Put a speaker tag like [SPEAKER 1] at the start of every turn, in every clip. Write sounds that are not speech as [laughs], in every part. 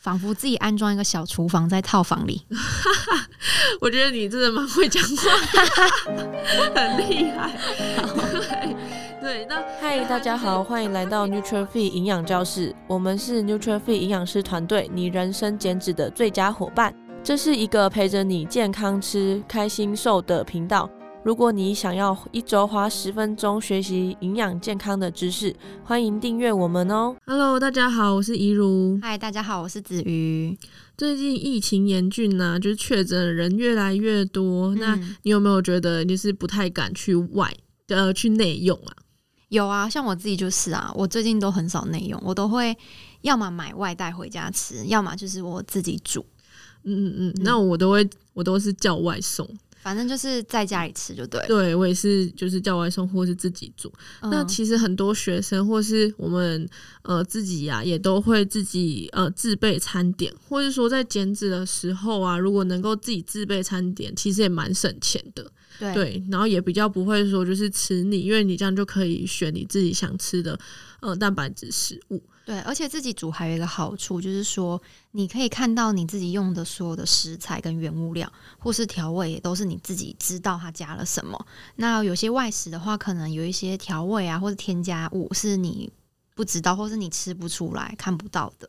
[SPEAKER 1] 仿佛自己安装一个小厨房在套房里。
[SPEAKER 2] 我觉得你真的蛮会讲话，很厉害。对对，那
[SPEAKER 3] 嗨，大家好，欢迎来到 Nutrify 营养教室。我们是 Nutrify 营养师团队，你人生减脂的最佳伙伴。这是一个陪着你健康吃、开心瘦的频道。如果你想要一周花十分钟学习营养健康的知识，欢迎订阅我们哦。
[SPEAKER 2] Hello，大家好，我是怡如。
[SPEAKER 1] 嗨，大家好，我是子瑜。
[SPEAKER 2] 最近疫情严峻呐、就是确诊人越来越多。那
[SPEAKER 1] 嗯
[SPEAKER 2] 你有没有觉得就是不太敢去外呃去内用啊？
[SPEAKER 1] 有啊，像我自己就是啊，我最近都很少内用，我都会要么买外带回家吃，要么就是我自己煮，
[SPEAKER 2] 嗯嗯嗯，那我都会我都是叫外送，
[SPEAKER 1] 反正就是在家里吃就对了。
[SPEAKER 2] 对我也是就是叫外送或是自己煮。那
[SPEAKER 1] 嗯
[SPEAKER 2] 其实很多学生或是我们呃自己呀、也都会自己呃自备餐点，或是说在减脂的时候啊，如果能够自己自备餐点，其实也蛮省钱的。
[SPEAKER 1] 对
[SPEAKER 2] 对，然后也比较不会说就是吃腻，因为你这样就可以选你自己想吃的呃蛋白质食物。
[SPEAKER 1] 对，而且自己煮还有一个好处，就是说你可以看到你自己用的所有的食材跟原物料，或是调味，也都是你自己知道它加了什么。那有些外食的话，可能有一些调味啊，或者添加物是你不知道，或是你吃不出来、看不到的。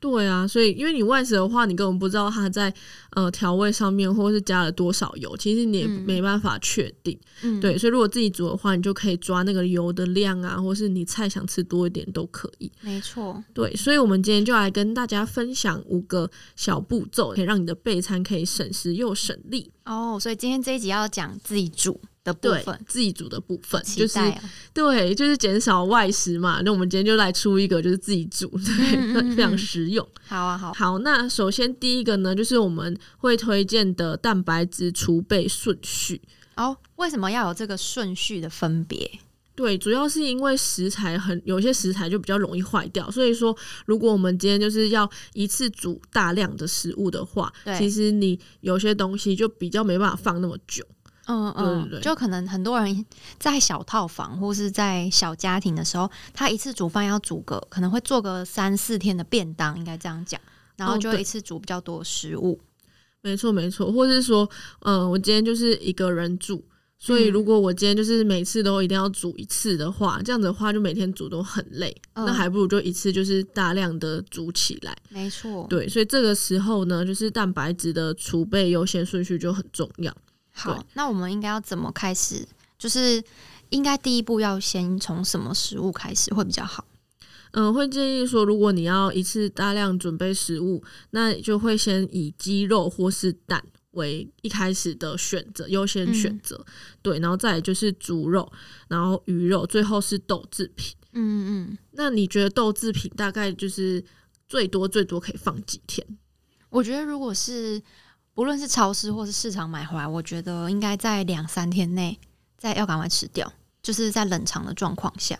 [SPEAKER 2] 对啊，所以因为你外食的话，你根本不知道它在呃调味上面或是加了多少油，其实你也
[SPEAKER 1] 嗯
[SPEAKER 2] 没办法确定。
[SPEAKER 1] 嗯，
[SPEAKER 2] 对，所以如果自己煮的话，你就可以抓那个油的量啊，或是你菜想吃多一点都可以。
[SPEAKER 1] 没错。
[SPEAKER 2] 对，所以我们今天就来跟大家分享五个小步骤，可以让你的备餐可以省时又省力。
[SPEAKER 1] 哦，所以今天这一集要讲自己煮的部
[SPEAKER 2] 对
[SPEAKER 1] 分，，
[SPEAKER 2] 自己煮的部分
[SPEAKER 1] 期
[SPEAKER 2] 就是
[SPEAKER 1] 待、哦。
[SPEAKER 2] 对，就是减少外食嘛。那我们今天就来出一个，就是自己煮，对，
[SPEAKER 1] 嗯嗯嗯
[SPEAKER 2] [laughs] 非常实用。
[SPEAKER 1] 好啊，好，
[SPEAKER 2] 好，那首先第一个呢，就是我们会推荐的蛋白质储备顺序。
[SPEAKER 1] 哦，为什么要有这个顺序的分别？
[SPEAKER 2] 对，主要是因为食材很有些食材就比较容易坏掉，所以说如果我们今天就是要一次煮大量的食物的话，
[SPEAKER 1] 对
[SPEAKER 2] 其实你有些东西就比较没办法放那么久。
[SPEAKER 1] 嗯嗯，
[SPEAKER 2] 对对
[SPEAKER 1] 就可能很多人在小套房或是在小家庭的时候，他一次煮饭要煮个可能会做个三四天的便当，应该这样讲，然后
[SPEAKER 2] 哦
[SPEAKER 1] 就
[SPEAKER 2] 对
[SPEAKER 1] 一次煮比较多的食物。
[SPEAKER 2] 没错，没错，或是说，嗯、我今天就是一个人住，所
[SPEAKER 1] 嗯
[SPEAKER 2] 以如果我今天就是每次都一定要煮一次的话，这样子的话就每天煮都很累，
[SPEAKER 1] 嗯
[SPEAKER 2] 那还不如就一次就是大量的煮起来。
[SPEAKER 1] 没错，
[SPEAKER 2] 对，所以这个时候呢，就是蛋白质的储备优先顺序就很重要。
[SPEAKER 1] 好
[SPEAKER 2] 对，
[SPEAKER 1] 那我们应该要怎么开始？就是应该第一步要先从什么食物开始会比较好？
[SPEAKER 2] 嗯，会建议说，如果你要一次大量准备食物，那就会先以鸡肉或是蛋为一开始的选择，优先选
[SPEAKER 1] 嗯
[SPEAKER 2] 择。对，然后再来就是猪肉，然后鱼肉，最后是豆制品。
[SPEAKER 1] 嗯嗯，
[SPEAKER 2] 那你觉得豆制品大概就是最多最多可以放几天？
[SPEAKER 1] 我觉得如果是不论是超市或是市场买回来，我觉得应该在两三天内再要赶快吃掉，就是在冷藏的状况下。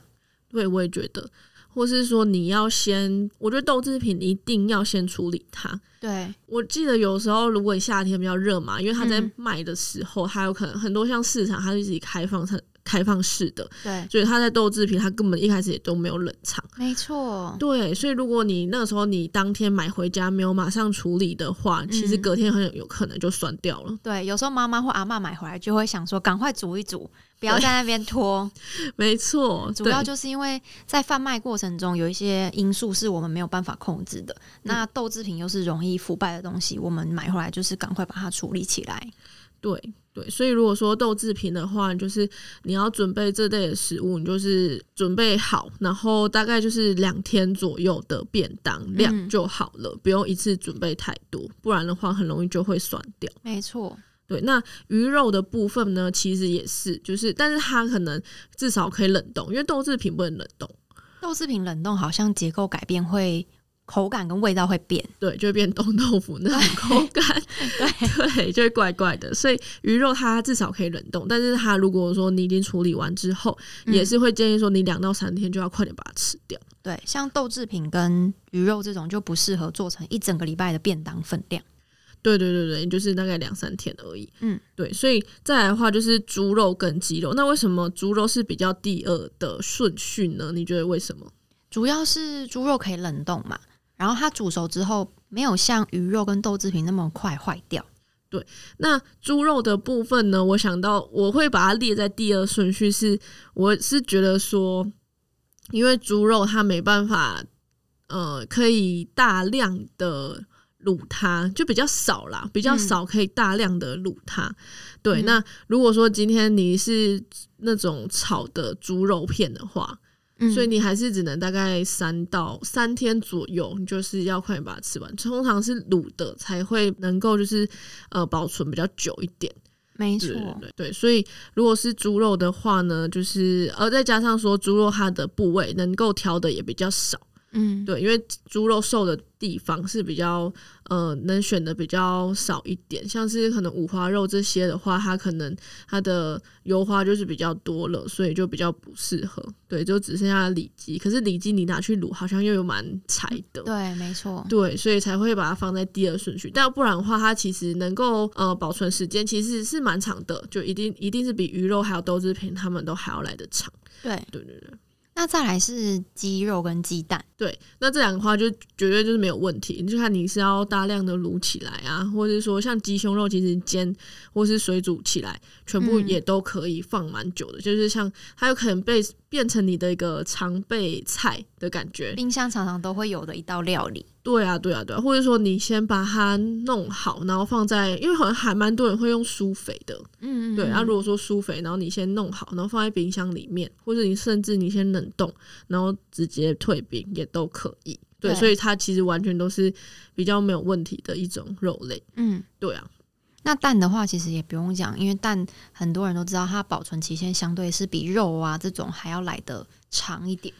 [SPEAKER 2] 对，我也觉得，或是说你要先，我觉得豆制品一定要先处理它。
[SPEAKER 1] 对，
[SPEAKER 2] 我记得有时候，如果夏天比较热嘛，因为它在
[SPEAKER 1] 嗯
[SPEAKER 2] 卖的时候，它有可能很多像市场，它是自己开放式开放式的，
[SPEAKER 1] 对，
[SPEAKER 2] 所以它在豆制品，它根本一开始也都没有冷藏。
[SPEAKER 1] 没错，
[SPEAKER 2] 对，所以如果你那个时候你当天买回家没有马上处理的话，其实
[SPEAKER 1] 嗯
[SPEAKER 2] 隔天很有有可能就酸掉了。
[SPEAKER 1] 对，有时候妈妈或阿嬷买回来就会想说，赶快煮一煮，不要在那边 [laughs] 拖。
[SPEAKER 2] 没错，
[SPEAKER 1] 主
[SPEAKER 2] 对
[SPEAKER 1] 要就是因为在贩卖过程中有一些因素是我们没有办法控制的，那豆制品又是容易腐败的东西，我们买回来就是赶快把它处理起来。
[SPEAKER 2] 对对，所以如果说豆制品的话，就是你要准备这类的食物，你就是准备好，然后大概就是两天左右的便当量
[SPEAKER 1] 嗯
[SPEAKER 2] 就好了，不用一次准备太多，不然的话很容易就会酸掉。
[SPEAKER 1] 没错，
[SPEAKER 2] 对，那鱼肉的部分呢，其实也是，就是但是它可能至少可以冷冻，因为豆制品不能冷冻，
[SPEAKER 1] 豆制品冷冻好像结构改变会口感跟味道会变。
[SPEAKER 2] 对，就会变冻豆腐那种口
[SPEAKER 1] [laughs]
[SPEAKER 2] 感，对对，就会怪怪的。所以鱼肉它至少可以冷冻，但是它如果说你已经处理完之后，
[SPEAKER 1] 嗯
[SPEAKER 2] 也是会建议说你两到三天就要快点把它吃掉。
[SPEAKER 1] 对，像豆制品跟鱼肉这种就不适合做成一整个礼拜的便当分量。
[SPEAKER 2] 对对对对，就是大概两三天而已。
[SPEAKER 1] 嗯，
[SPEAKER 2] 对，所以再来的话就是猪肉跟鸡肉。那为什么猪肉是比较第二的顺序呢？你觉得为什么？
[SPEAKER 1] 主要是猪肉可以冷冻嘛，然后它煮熟之后没有像鱼肉跟豆制品那么快坏掉。
[SPEAKER 2] 那猪肉的部分呢，我想到我会把它列在第二顺序是，我是觉得说，因为猪肉它没办法，呃，可以大量的卤它，就比较少啦，比较
[SPEAKER 1] 嗯
[SPEAKER 2] 少可以大量的卤它。对，
[SPEAKER 1] 嗯
[SPEAKER 2] 那如果说今天你是那种炒的猪肉片的话，
[SPEAKER 1] 嗯
[SPEAKER 2] 所以你还是只能大概三到三天左右，你就是要快点把它吃完。通常是卤的才会能够就是呃保存比较久一点，
[SPEAKER 1] 没
[SPEAKER 2] 对
[SPEAKER 1] 错，
[SPEAKER 2] 对对对。所以如果是猪肉的话呢，就是呃再加上说猪肉它的部位能够调的也比较少，
[SPEAKER 1] 嗯，
[SPEAKER 2] 对，因为猪肉瘦的地方是比较呃能选的比较少一点，像是可能五花肉这些的话，它可能它的油花就是比较多了，所以就比较不适合。对，就只剩下里脊，可是里脊你拿去卤，好像又有蛮柴的。
[SPEAKER 1] 对，没错，
[SPEAKER 2] 对，所以才会把它放在第二顺序。但不然的话，它其实能够呃保存时间其实是蛮长的，就一定一定是比鱼肉还有豆制品它们都还要来的长。
[SPEAKER 1] 对。
[SPEAKER 2] 对对对。
[SPEAKER 1] 那再来是鸡肉跟鸡蛋，
[SPEAKER 2] 对，那这两个话就绝对就是没有问题。你就看你是要大量的卤起来啊，或者说像鸡胸肉，其实煎或是水煮起来，全部
[SPEAKER 1] 嗯
[SPEAKER 2] 也都可以放蛮久的。就是像它有可能被变成你的一个常备菜的感觉。
[SPEAKER 1] 冰箱常常都会有的一道料理。
[SPEAKER 2] 对啊，对啊，对啊，或者说你先把它弄好，然后放在，因为好像还蛮多人会用苏肥的，
[SPEAKER 1] 嗯，
[SPEAKER 2] 对，
[SPEAKER 1] 嗯
[SPEAKER 2] 啊，如果说疏肥，然后你先弄好，然后放在冰箱里面，或者你甚至你先冷冻，然后直接退冰也都可以。对，
[SPEAKER 1] 对
[SPEAKER 2] 所以它其实完全都是比较没有问题的一种肉类。
[SPEAKER 1] 嗯，
[SPEAKER 2] 对啊，
[SPEAKER 1] 那蛋的话其实也不用讲，因为蛋很多人都知道它保存期限相对是比肉啊这种还要来的长一点。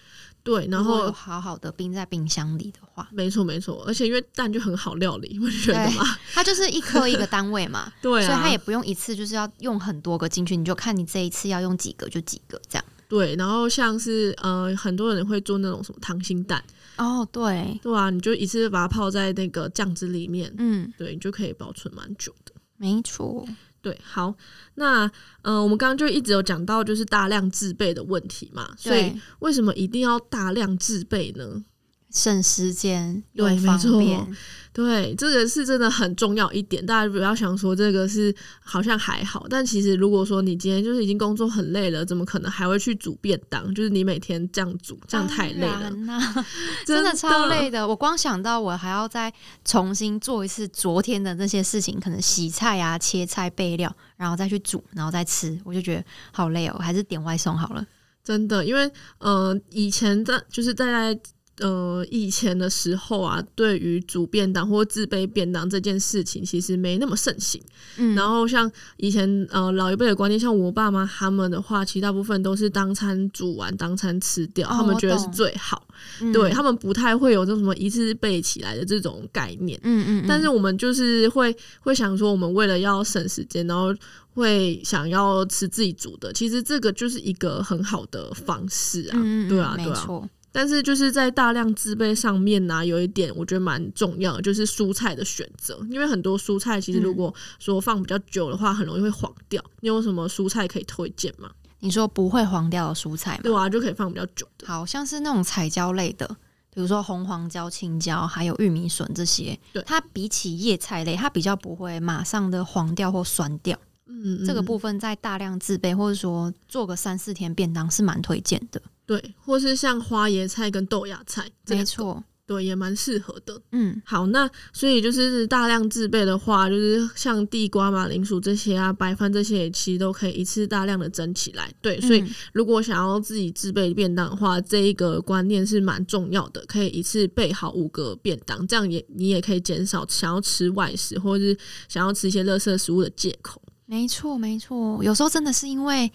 [SPEAKER 2] 对，然
[SPEAKER 1] 如果有
[SPEAKER 2] 后
[SPEAKER 1] 好好的冰在冰箱里的话，
[SPEAKER 2] 没错没错，而且因为蛋就很好料理， [laughs] 我觉得
[SPEAKER 1] 对
[SPEAKER 2] 嘛，
[SPEAKER 1] 它就是一颗一个单位嘛，
[SPEAKER 2] [laughs] 对
[SPEAKER 1] 所以
[SPEAKER 2] 啊
[SPEAKER 1] 它，也不用一次就是要用很多个进去，你就看你这一次要用几个就几个这样。
[SPEAKER 2] 对，然后像是呃，很多人会做那种什么溏心蛋，
[SPEAKER 1] 哦，对，
[SPEAKER 2] 对啊，你就一次把它泡在那个酱汁里面，
[SPEAKER 1] 嗯，
[SPEAKER 2] 对，你就可以保存蛮久的。
[SPEAKER 1] 没错，
[SPEAKER 2] 对，好，那呃，我们刚刚就一直有讲到就是大量制备的问题嘛，所以
[SPEAKER 1] 对，
[SPEAKER 2] 为什么一定要大量制备呢？
[SPEAKER 1] 省时间又
[SPEAKER 2] 对没
[SPEAKER 1] 方
[SPEAKER 2] 错
[SPEAKER 1] 便，
[SPEAKER 2] 对，这个是真的很重要一点，大家不要想说这个是好像还好，但其实如果说你今天就是已经工作很累了，怎么可能还会去煮便当？就是你每天这样煮，这样太累
[SPEAKER 1] 当
[SPEAKER 2] 了，
[SPEAKER 1] 然啦啊 [laughs] 真的超累
[SPEAKER 2] 的。
[SPEAKER 1] 的。我光想到我还要再重新做一次昨天的那些事情，可能洗菜啊、切菜、备料，然后再去煮，然后再吃，我就觉得好累哦，我还是点外送好了。
[SPEAKER 2] 真的，因为呃，以前在就是在呃以前的时候啊，对于煮便当或自备便当这件事情，其实没那么盛行。
[SPEAKER 1] 嗯，
[SPEAKER 2] 然后像以前呃老一辈的观念，像我爸妈他们的话，其实大部分都是当餐煮完当餐吃掉，
[SPEAKER 1] 哦
[SPEAKER 2] 他们
[SPEAKER 1] 我
[SPEAKER 2] 觉得是
[SPEAKER 1] 懂
[SPEAKER 2] 最好。
[SPEAKER 1] 嗯
[SPEAKER 2] 对，他们不太会有这种什么一次备起来的这种概念。
[SPEAKER 1] 嗯嗯，
[SPEAKER 2] 但是
[SPEAKER 1] 嗯
[SPEAKER 2] 我们就是会会想说，我们为了要省时间，然后会想要吃自己煮的，其实这个就是一个很好的方式啊，
[SPEAKER 1] 嗯嗯，
[SPEAKER 2] 对啊，
[SPEAKER 1] 没
[SPEAKER 2] 对啊。
[SPEAKER 1] 错，
[SPEAKER 2] 但是就是在大量自备上面呢、有一点我觉得蛮重要的，就是蔬菜的选择，因为很多蔬菜其实
[SPEAKER 1] 嗯
[SPEAKER 2] 如果说放比较久的话，很容易会黄掉。你有什么蔬菜可以推荐吗？
[SPEAKER 1] 你说不会黄掉的蔬菜吗？
[SPEAKER 2] 对啊，就可以放比较久的。
[SPEAKER 1] 好像是那种彩椒类的，比如说红黄椒、青椒，还有玉米笋这些
[SPEAKER 2] 对。
[SPEAKER 1] 它比起叶菜类，它比较不会马上的黄掉或酸掉。
[SPEAKER 2] 嗯，
[SPEAKER 1] 这个
[SPEAKER 2] 嗯
[SPEAKER 1] 部分在大量自备或者说做个三四天便当是蛮推荐的。
[SPEAKER 2] 对，或是像花椰菜跟豆芽菜，这
[SPEAKER 1] 没
[SPEAKER 2] 两个
[SPEAKER 1] 错，
[SPEAKER 2] 对，也蛮适合的。
[SPEAKER 1] 嗯
[SPEAKER 2] 好，那所以就是大量自备的话，就是像地瓜、马铃薯这些啊，白饭这些，其实都可以一次大量的蒸起来。对，所以
[SPEAKER 1] 嗯
[SPEAKER 2] 如果想要自己自备便当的话，这一个观念是蛮重要的，可以一次备好五个便当，这样也你也可以减少想要吃外食或是想要吃一些垃圾食物的借口。
[SPEAKER 1] 没错没错，有时候真的是因为。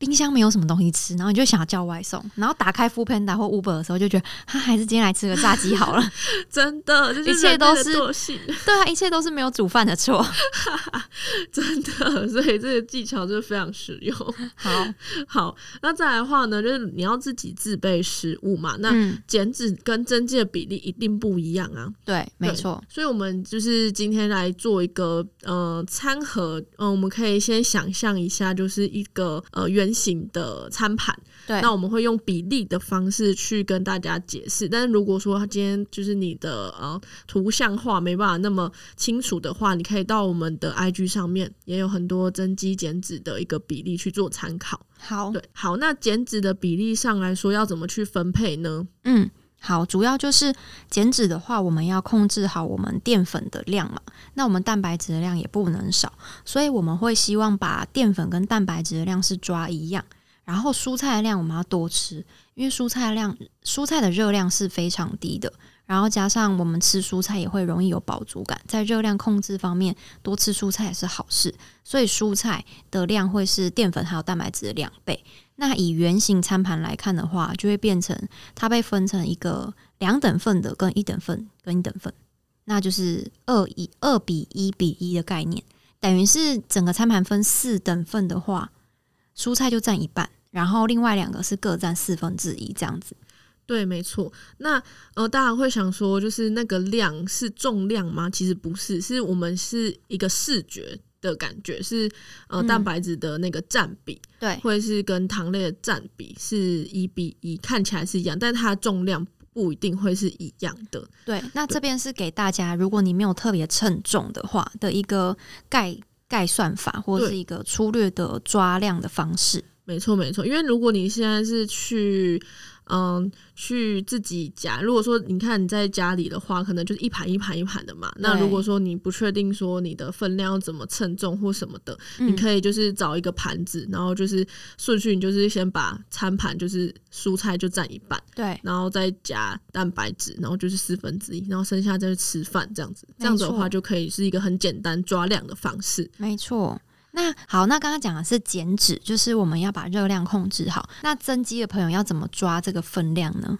[SPEAKER 1] 冰箱没有什么东西吃，然后你就想要叫外送，然后打开 f o o Panda 或 Uber 的时候，就觉得他还是今天来吃个炸鸡好了。 [laughs]
[SPEAKER 2] 真的，就是
[SPEAKER 1] 一切
[SPEAKER 2] 人类
[SPEAKER 1] 都
[SPEAKER 2] 的
[SPEAKER 1] 是
[SPEAKER 2] 惰性， [laughs]
[SPEAKER 1] 对啊，一切都是没有煮饭的错。
[SPEAKER 2] 真的，所以这个技巧就是非常实用。 [laughs]
[SPEAKER 1] 好，
[SPEAKER 2] [laughs] 好，那再来的话呢，就是你要自己自备食物嘛，那
[SPEAKER 1] 嗯，
[SPEAKER 2] 减脂跟增肌的比例一定不一样啊。
[SPEAKER 1] 对，没
[SPEAKER 2] 对
[SPEAKER 1] 错，
[SPEAKER 2] 所以，我们就是今天来做一个呃餐盒，嗯、我们可以先想象一下，就是一个呃圆人形的餐盘，
[SPEAKER 3] 对，
[SPEAKER 2] 那我们会用比例的方式去跟大家解释。但是如果说它今天就是你的呃图像化没办法那么清楚的话，你可以到我们的 IG 上面也有很多增肌减脂的一个比例去做参考。
[SPEAKER 1] 好，
[SPEAKER 2] 对，好，那减脂的比例上来说要怎么去分配呢？
[SPEAKER 1] 嗯，好，主要就是减脂的话，我们要控制好我们淀粉的量嘛。那我们蛋白质的量也不能少，所以我们会希望把淀粉跟蛋白质的量是抓一样。然后蔬菜的量我们要多吃，因为蔬菜的量蔬菜的热量是非常低的。然后加上我们吃蔬菜也会容易有饱足感，在热量控制方面，多吃蔬菜也是好事。所以蔬菜的量会是淀粉还有蛋白质的两倍。那以圆形餐盘来看的话，就会变成它被分成一个两等份的跟一等份跟一等份，那就是二一二比一比一的概念，等于是整个餐盘分四等份的话，蔬菜就占一半，然后另外两个是各占四分之一这样子。
[SPEAKER 2] 对，没错。那呃，大家会想说，就是那个量是重量吗？其实不是，是我们是一个视觉的感觉，是呃
[SPEAKER 1] 嗯哎
[SPEAKER 2] 蛋白质的那个占比，
[SPEAKER 1] 对，
[SPEAKER 2] 会是跟糖类的占比是一比一，看起来是一样，但它的重量不一定会是一样的。
[SPEAKER 1] 对，那这边是给大家，如果你没有特别称重的话的一个概概算法，或者是
[SPEAKER 2] 对
[SPEAKER 1] 一个粗略的抓量的方式。
[SPEAKER 2] 没错，没错。因为如果你现在是去，嗯，去自己夹，如果说你看你在家里的话，可能就是一盘一盘一盘的嘛。那如果说你不确定说你的分量要怎么称重或什么的，
[SPEAKER 1] 嗯
[SPEAKER 2] 你可以就是找一个盘子，然后就是顺序，你就是先把餐盘就是蔬菜就占一半，
[SPEAKER 1] 对，
[SPEAKER 2] 然后再夹蛋白质，然后就是四分之一，然后剩下再去吃饭这样子。这样子的
[SPEAKER 1] 没错
[SPEAKER 2] 话就可以是一个很简单抓量的方式。
[SPEAKER 1] 没错。那好，那刚刚讲的是减脂，就是我们要把热量控制好。那增肌的朋友要怎么抓这个分量呢？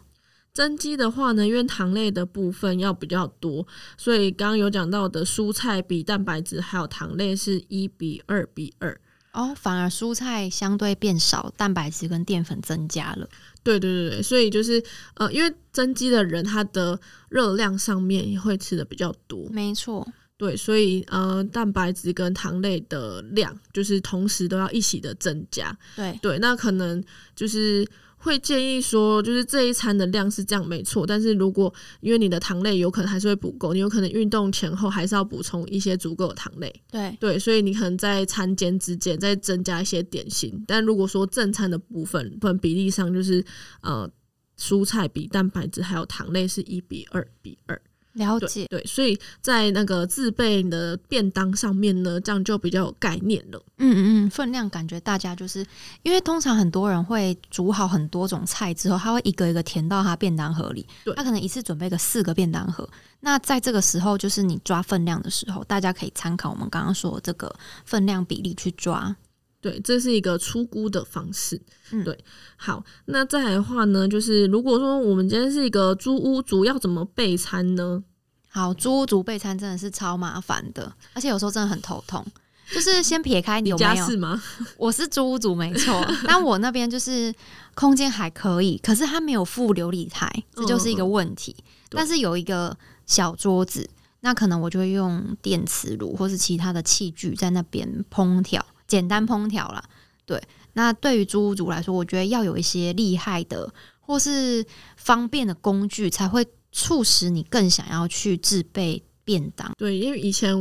[SPEAKER 2] 增肌的话呢，因为糖类的部分要比较多，所以刚刚有讲到的蔬菜比蛋白质还有糖类是一比二比二。
[SPEAKER 1] 哦，反而蔬菜相对变少，蛋白质跟淀粉增加了。
[SPEAKER 2] 对对对对，所以就是呃，因为增肌的人他的热量上面也会吃的比较多，
[SPEAKER 1] 没错，
[SPEAKER 2] 对，所以呃，蛋白质跟糖类的量就是同时都要一起的增加。
[SPEAKER 1] 对，
[SPEAKER 2] 对，那可能就是会建议说，就是这一餐的量是这样没错，但是如果因为你的糖类有可能还是会不够，你有可能运动前后还是要补充一些足够的糖类。
[SPEAKER 1] 对，
[SPEAKER 2] 对，所以你可能在餐间之间再增加一些点心，但如果说正餐的部分，分比例上就是呃。蔬菜比蛋白质还有糖类是一比二比二，
[SPEAKER 1] 了
[SPEAKER 2] 对
[SPEAKER 1] 解。
[SPEAKER 2] 对，所以在那个自备的便当上面呢，这样就比较有概念了。
[SPEAKER 1] 嗯嗯嗯，分量感觉大家就是因为通常很多人会煮好很多种菜之后，他会一个一个填到他便当盒里
[SPEAKER 2] 对。
[SPEAKER 1] 他可能一次准备个四个便当盒。那在这个时候，就是你抓分量的时候，大家可以参考我们刚刚说的这个分量比例去抓。
[SPEAKER 2] 对，这是一个出估的方式。
[SPEAKER 1] 嗯
[SPEAKER 2] 对，好，那再来的话呢，就是如果说我们今天是一个租屋族，要怎么备餐呢？
[SPEAKER 1] 好，租屋族备餐真的是超麻烦的，而且有时候真的很头痛。就是先撇开你有
[SPEAKER 2] 家
[SPEAKER 1] 没有，
[SPEAKER 2] 事吗？ [laughs]
[SPEAKER 1] 我是租屋族没错，但我那边就是空间还可以，可是它没有附琉璃台，这就是一个问题。
[SPEAKER 2] 对
[SPEAKER 1] 但是有一个小桌子，那可能我就会用电磁炉或是其他的器具在那边烹调，简单烹调啦。对，那对于租屋族来说，我觉得要有一些厉害的或是方便的工具，才会促使你更想要去自备便当。
[SPEAKER 2] 对，因为以前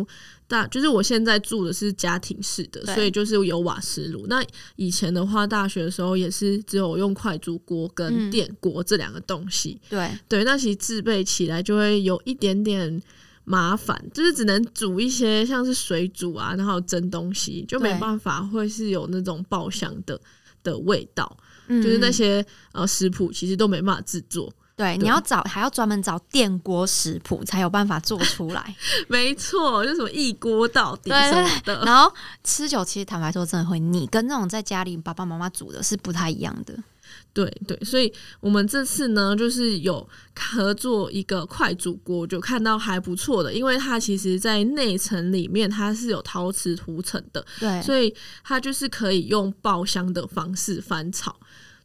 [SPEAKER 2] 大就是我现在住的是家庭式的，
[SPEAKER 1] 对
[SPEAKER 2] 所以就是有瓦斯炉。那以前的话，大学的时候也是只有用快煮锅跟
[SPEAKER 1] 嗯
[SPEAKER 2] 电锅这两个东西。
[SPEAKER 1] 对，
[SPEAKER 2] 对，那其实自备起来就会有一点点麻烦，就是只能煮一些像是水煮啊，然后蒸东西，就没
[SPEAKER 1] 对
[SPEAKER 2] 办法会是有那种爆香的的味道，
[SPEAKER 1] 嗯
[SPEAKER 2] 就是那些呃食谱其实都没办法制作。 [laughs]
[SPEAKER 1] 对，你
[SPEAKER 2] 对
[SPEAKER 1] 要找还要专门找电锅食谱才有办法做出来。
[SPEAKER 2] [laughs] 没错，就什么一锅到底
[SPEAKER 1] 对
[SPEAKER 2] 什么的。
[SPEAKER 1] 然后吃久，其实坦白说真的会腻，跟那种在家里爸爸妈妈煮的是不太一样的。
[SPEAKER 2] 对对，所以我们这次呢，就是有合作一个快煮锅，就看到还不错的，因为它其实在内层里面它是有陶瓷涂层的，
[SPEAKER 1] 对，
[SPEAKER 2] 所以它就是可以用爆香的方式翻炒。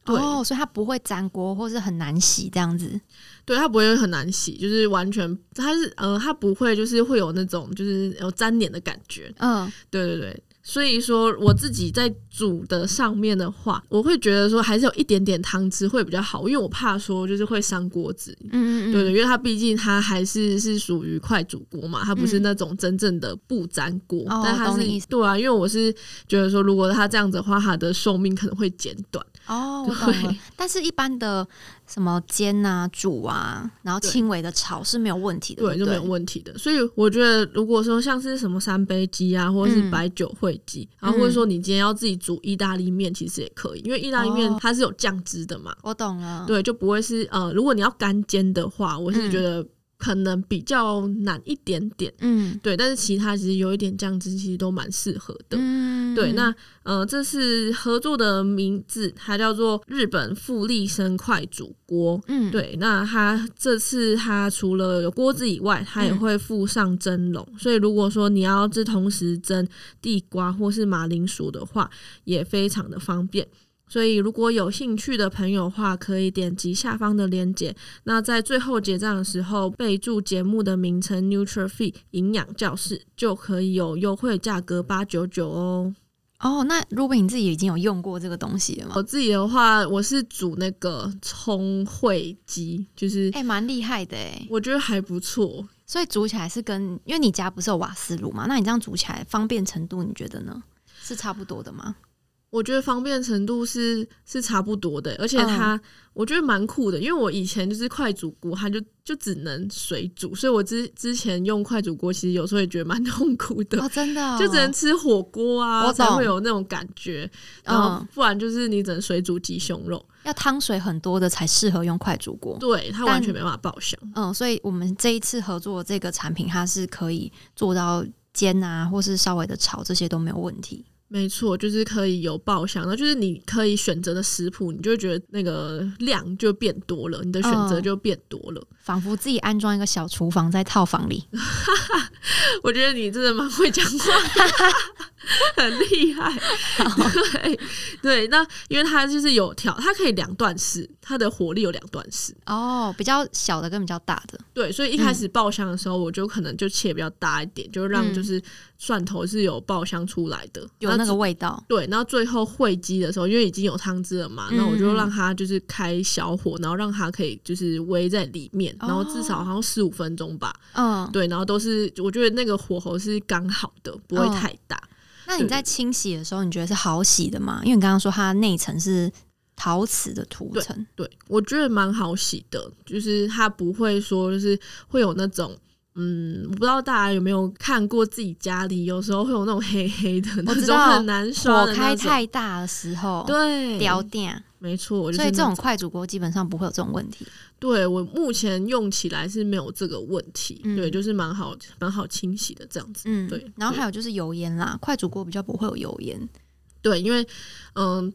[SPEAKER 2] 对、
[SPEAKER 1] 哦，所以它不会粘锅或是很难洗这样子。
[SPEAKER 2] 对，它不会很难洗，就是完全它是呃，它不会就是会有那种就是有粘黏的感觉。
[SPEAKER 1] 嗯，
[SPEAKER 2] 对对对，所以说我自己在煮的上面的话，我会觉得说还是有一点点汤汁会比较好，因为我怕说就是会伤锅子。
[SPEAKER 1] 嗯嗯嗯，
[SPEAKER 2] 对对，因为它毕竟它还是是属于快煮锅嘛，它不是那种真正的不粘锅，
[SPEAKER 1] 嗯哦
[SPEAKER 2] 但它
[SPEAKER 1] 懂你意
[SPEAKER 2] 是
[SPEAKER 1] 思
[SPEAKER 2] 对啊，因为我是觉得说，如果它这样子的话，它的寿命可能会减短。
[SPEAKER 1] 哦，我懂了
[SPEAKER 2] 对。
[SPEAKER 1] 但是，一般的什么煎啊、煮啊，然后
[SPEAKER 2] 对
[SPEAKER 1] 轻微的炒是没有问题的，
[SPEAKER 2] 对，
[SPEAKER 1] 对
[SPEAKER 2] 就
[SPEAKER 1] 不
[SPEAKER 2] 没
[SPEAKER 1] 对，
[SPEAKER 2] 有问题的。所以我觉得，如果说像是什么三杯鸡啊，或者是
[SPEAKER 1] 嗯
[SPEAKER 2] 白酒烩鸡，然后或者说你今天要自己煮意大利面，其实也可以，因为意大利面
[SPEAKER 1] 哦
[SPEAKER 2] 它是有酱汁的嘛，
[SPEAKER 1] 我懂了。
[SPEAKER 2] 对，就不会是呃，如果你要干煎的话，我是
[SPEAKER 1] 嗯
[SPEAKER 2] 觉得可能比较难一点点。
[SPEAKER 1] 嗯，
[SPEAKER 2] 对，但是其他其实有一点酱汁，其实都蛮适合的。
[SPEAKER 1] 嗯，
[SPEAKER 2] 对，那呃，这是合作的名字，它叫做日本富丽生快煮锅。
[SPEAKER 1] 嗯，
[SPEAKER 2] 对，那它这次它除了有锅子以外，它也
[SPEAKER 1] 嗯
[SPEAKER 2] 会附上蒸笼，所以如果说你要是同时蒸地瓜或是马铃薯的话，也非常的方便。所以如果有兴趣的朋友的话，可以点击下方的链接。那在最后结账的时候，备注节目的名称 “Nutrify 营养教室”，就可以有优惠价格八九九哦。
[SPEAKER 1] 哦，那 Ruby 你自己已经有用过这个东西了吗
[SPEAKER 2] 我？哦自己的话，我是煮那个葱烩鸡，就是
[SPEAKER 1] 哎、蛮厉害的哎，
[SPEAKER 2] 我觉得还不错。
[SPEAKER 1] 所以煮起来是跟因为你家不是有瓦斯炉嘛，那你这样煮起来方便程度，你觉得呢？是差不多的
[SPEAKER 2] [laughs]
[SPEAKER 1] 吗？
[SPEAKER 2] 我觉得方便程度是是差不多的，而且
[SPEAKER 1] 嗯
[SPEAKER 2] 它、我觉得蛮酷的，因为我以前就是快煮锅，它就就只能水煮，所以我之之前用快煮锅，其实有时候也觉得蛮痛苦的，
[SPEAKER 1] 哦，真的哦、
[SPEAKER 2] 就只能吃火锅啊
[SPEAKER 1] 我
[SPEAKER 2] 才
[SPEAKER 1] 懂
[SPEAKER 2] 会有那种感觉，然后
[SPEAKER 1] 嗯，
[SPEAKER 2] 不然就是你只能水煮鸡胸肉，
[SPEAKER 1] 要汤水很多的才适合用快煮锅。
[SPEAKER 2] 对它
[SPEAKER 1] 但
[SPEAKER 2] 完全没办法爆香。
[SPEAKER 1] 嗯，所以我们这一次合作的这个产品，它是可以做到煎啊，或是稍微的炒，这些都没有问题。
[SPEAKER 2] 没错，就是可以有爆香，然后就是你可以选择的食谱，你就会觉得那个量就变多了，你的选择
[SPEAKER 1] 嗯
[SPEAKER 2] 就变多了。
[SPEAKER 1] 仿佛自己安装一个小厨房在套房
[SPEAKER 2] [laughs]
[SPEAKER 1] 里，
[SPEAKER 2] 我觉得你真的蛮会讲话的，很厉害。对对，那因为它就是有调，它可以两段式，它的火力有两段式。
[SPEAKER 1] 哦，比较小的跟比较大的，
[SPEAKER 2] 对，所以一开始爆香的时候，我就可能就切比较大一点，就让
[SPEAKER 1] 嗯
[SPEAKER 2] 就是蒜头是有爆香出来的，
[SPEAKER 1] 有那
[SPEAKER 2] 最
[SPEAKER 1] 个味道，
[SPEAKER 2] 对，然后最后烩鸡的时候，因为已经有汤汁了嘛，
[SPEAKER 1] 嗯
[SPEAKER 2] 那我就让它就是开小火，然后让它可以就是煨在里面，
[SPEAKER 1] 哦
[SPEAKER 2] 然后至少好像十五分钟吧。
[SPEAKER 1] 嗯，
[SPEAKER 2] 对，然后都是我觉得那个火候是刚好的，不会
[SPEAKER 1] 哦
[SPEAKER 2] 太大。
[SPEAKER 1] 那你在清洗的时候，你觉得是好洗的吗？因为你刚刚说它内层是陶瓷的涂层，
[SPEAKER 2] 对，我觉得蛮好洗的，就是它不会说就是会有那种。嗯，我不知道大家有没有看过自己家里，有时候会有那种黑黑的那
[SPEAKER 1] 我知
[SPEAKER 2] 种
[SPEAKER 1] 道
[SPEAKER 2] 很难刷
[SPEAKER 1] 火
[SPEAKER 2] 的那
[SPEAKER 1] 开
[SPEAKER 2] 种，
[SPEAKER 1] 太大的时候，，
[SPEAKER 2] 对，
[SPEAKER 1] 掉电，
[SPEAKER 2] 没错，我就是
[SPEAKER 1] 所以
[SPEAKER 2] 那
[SPEAKER 1] 这种快煮锅基本上不会有这种问题。
[SPEAKER 2] 对我目前用起来是没有这个问题，
[SPEAKER 1] 嗯
[SPEAKER 2] 对，就是蛮好蛮好清洗的这样子，
[SPEAKER 1] 嗯，
[SPEAKER 2] 对
[SPEAKER 1] 然后还有就是油烟啦，快煮锅比较不会有油烟。
[SPEAKER 2] 对，因为嗯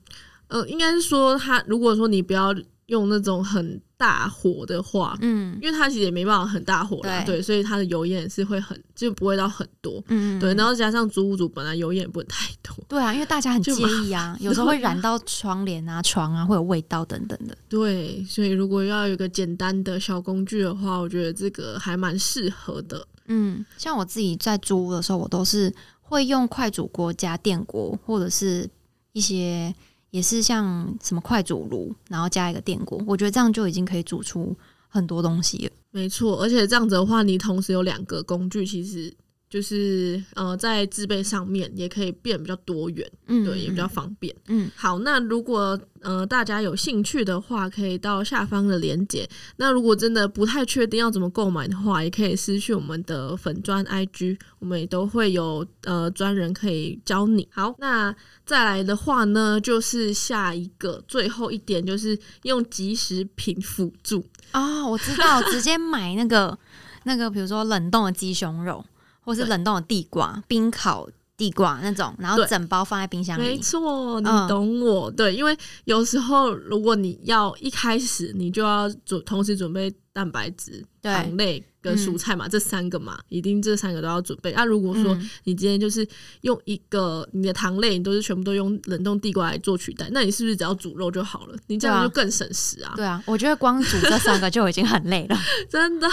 [SPEAKER 2] 呃，应该是说它如果说你不要用那种很大火的话，
[SPEAKER 1] 嗯
[SPEAKER 2] 因为它其实也没办法很大火啦，
[SPEAKER 1] 对
[SPEAKER 2] 对，所以它的油烟也是会很就不会到很多，
[SPEAKER 1] 嗯，
[SPEAKER 2] 对，然
[SPEAKER 1] 后
[SPEAKER 2] 后加上租屋主本来油烟也不能太多， [laughs]
[SPEAKER 1] 对啊，因为大家很介
[SPEAKER 2] 就麻
[SPEAKER 1] 意啊，有时候会染到窗帘啊、床啊，会有味道等等的。
[SPEAKER 2] 对，所以如果要有一个简单的小工具的话，我觉得这个还蛮适合的，
[SPEAKER 1] 嗯，像我自己在租屋的时候，我都是会用快煮锅加电锅，或者是一些也是像什么快煮炉，然后加一个电锅，我觉得这样就已经可以煮出很多东西了。
[SPEAKER 2] 没错，而且这样子的话，你同时有两个工具，其实就是呃在制备上面也可以变比较多元，
[SPEAKER 1] 嗯，
[SPEAKER 2] 对，也比较方便。
[SPEAKER 1] 嗯
[SPEAKER 2] 好，那如果呃大家有兴趣的话，可以到下方的链接。那如果真的不太确定要怎么购买的话，也可以私讯我们的粉砖 IG，我们也都会有呃专人可以教你。好，那再来的话呢，就是下一个最后一点，就是用即食品辅助。
[SPEAKER 1] 啊、我知道，直接买那个 [laughs] 那个，比如说冷冻的鸡胸肉，或是
[SPEAKER 2] 对
[SPEAKER 1] 冷冻的地瓜、冰烤地瓜那种，然后
[SPEAKER 2] 对
[SPEAKER 1] 整包放在冰箱
[SPEAKER 2] 没
[SPEAKER 1] 里。
[SPEAKER 2] 错，你
[SPEAKER 1] 嗯
[SPEAKER 2] 懂我。对，因为有时候如果你要一开始你就要准同时准备蛋白质、
[SPEAKER 1] 对
[SPEAKER 2] 糖类跟蔬菜嘛，这三个嘛，一定这三个都要准备。那、如果说
[SPEAKER 1] 嗯
[SPEAKER 2] 你今天就是用一个你的糖类，你都是全部都用冷冻地瓜来做取代，那你是不是只要煮肉就好了？你这样
[SPEAKER 1] 对啊
[SPEAKER 2] 就更省时啊！
[SPEAKER 1] 对啊，我觉得光煮这三个就已经很累
[SPEAKER 2] [laughs]
[SPEAKER 1] 了，
[SPEAKER 2] 真的，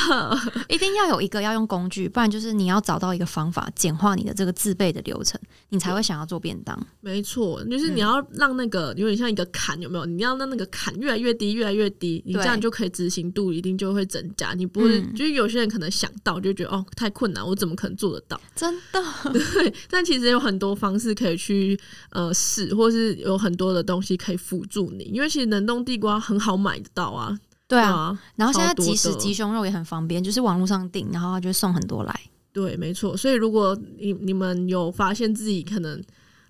[SPEAKER 1] 一定要有一个要用工具，不然就是你要找到一个方法简化你的这个自备的流程，你才会想要做便当。
[SPEAKER 2] 没错，就是
[SPEAKER 1] 嗯
[SPEAKER 2] 你要让那个有点像一个坎，有没有？你要让那个坎越来越低，越来越低，你
[SPEAKER 1] 对
[SPEAKER 2] 这样就可以执行度一定就会增加。你不会，
[SPEAKER 1] 嗯
[SPEAKER 2] 就是有些人可能想到就觉得哦太困难，我怎么可能做得到？
[SPEAKER 1] 真的，
[SPEAKER 2] 对， [laughs] 但其实有很多方式可以去呃试，或是有很多的东西可以辅助你，因为其实冷冻地瓜很好买得到啊。
[SPEAKER 1] 对啊。
[SPEAKER 2] 啊，
[SPEAKER 1] 然后现在
[SPEAKER 2] 超多
[SPEAKER 1] 即食
[SPEAKER 2] 的
[SPEAKER 1] 鸡胸肉也很方便，就是网络上订，然后它就会送很多
[SPEAKER 2] [laughs]
[SPEAKER 1] 来。
[SPEAKER 2] 对，没错。所以如果你你们有发现自己可能。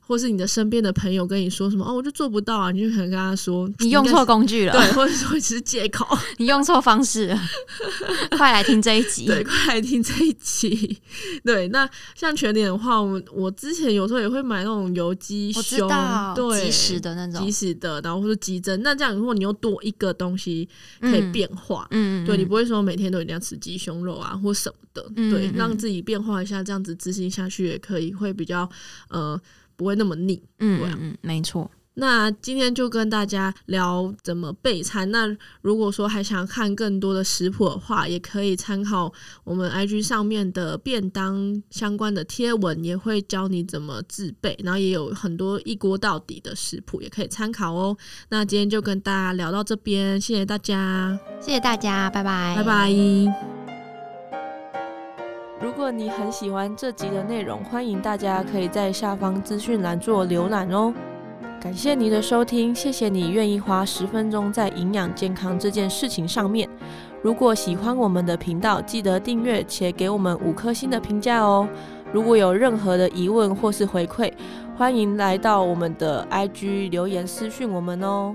[SPEAKER 2] 或是你的身边的朋友跟你说什么哦，我就做不到啊，你就可能跟他说
[SPEAKER 1] 你用错
[SPEAKER 2] 工。
[SPEAKER 1] 工具
[SPEAKER 2] [laughs]
[SPEAKER 1] 了，
[SPEAKER 2] 对，或者说只是借口。
[SPEAKER 1] 你用错方式了，快来听这一集。
[SPEAKER 2] 对，快来听这一集。对，那像全脸的话，我们我之前有时候也会买那种油鸡
[SPEAKER 1] 我知
[SPEAKER 2] 胸，
[SPEAKER 1] 道，
[SPEAKER 2] 对，
[SPEAKER 1] 即时的那种
[SPEAKER 2] 即，时的，然后或者鸡胗。那这样如果你又多一个东西可以
[SPEAKER 1] 嗯，
[SPEAKER 2] 变化。
[SPEAKER 1] 嗯，嗯
[SPEAKER 2] 对你
[SPEAKER 1] 嗯
[SPEAKER 2] 不会说每天都一定要吃鸡胸肉啊或什么的，
[SPEAKER 1] 嗯
[SPEAKER 2] 对
[SPEAKER 1] 嗯，
[SPEAKER 2] 让
[SPEAKER 1] 嗯
[SPEAKER 2] 自己变化一下，这样子执行下去也可以，会比较呃不会那么腻。
[SPEAKER 1] 嗯
[SPEAKER 2] 对啊
[SPEAKER 1] 嗯嗯，没错，
[SPEAKER 2] 那今天就跟大家聊怎么备餐。那如果说还想看更多的食谱的话，也可以参考我们 IG 上面的便当相关的贴文，也会教你怎么自备，然后也有很多一锅到底的食谱，也可以参考哦。那今天就跟大家聊到这边，谢谢大家，
[SPEAKER 1] 谢谢大家，拜拜，
[SPEAKER 2] 拜拜。
[SPEAKER 3] 如果你很喜欢这集的内容，欢迎大家可以在下方资讯栏做浏览哦。感谢你的收听，谢谢你愿意花十分钟在营养健康这件事情上面。如果喜欢我们的频道，记得订阅且给我们五颗星的评价哦。如果有任何的疑问或是回馈，欢迎来到我们的 IG 留言私讯我们哦。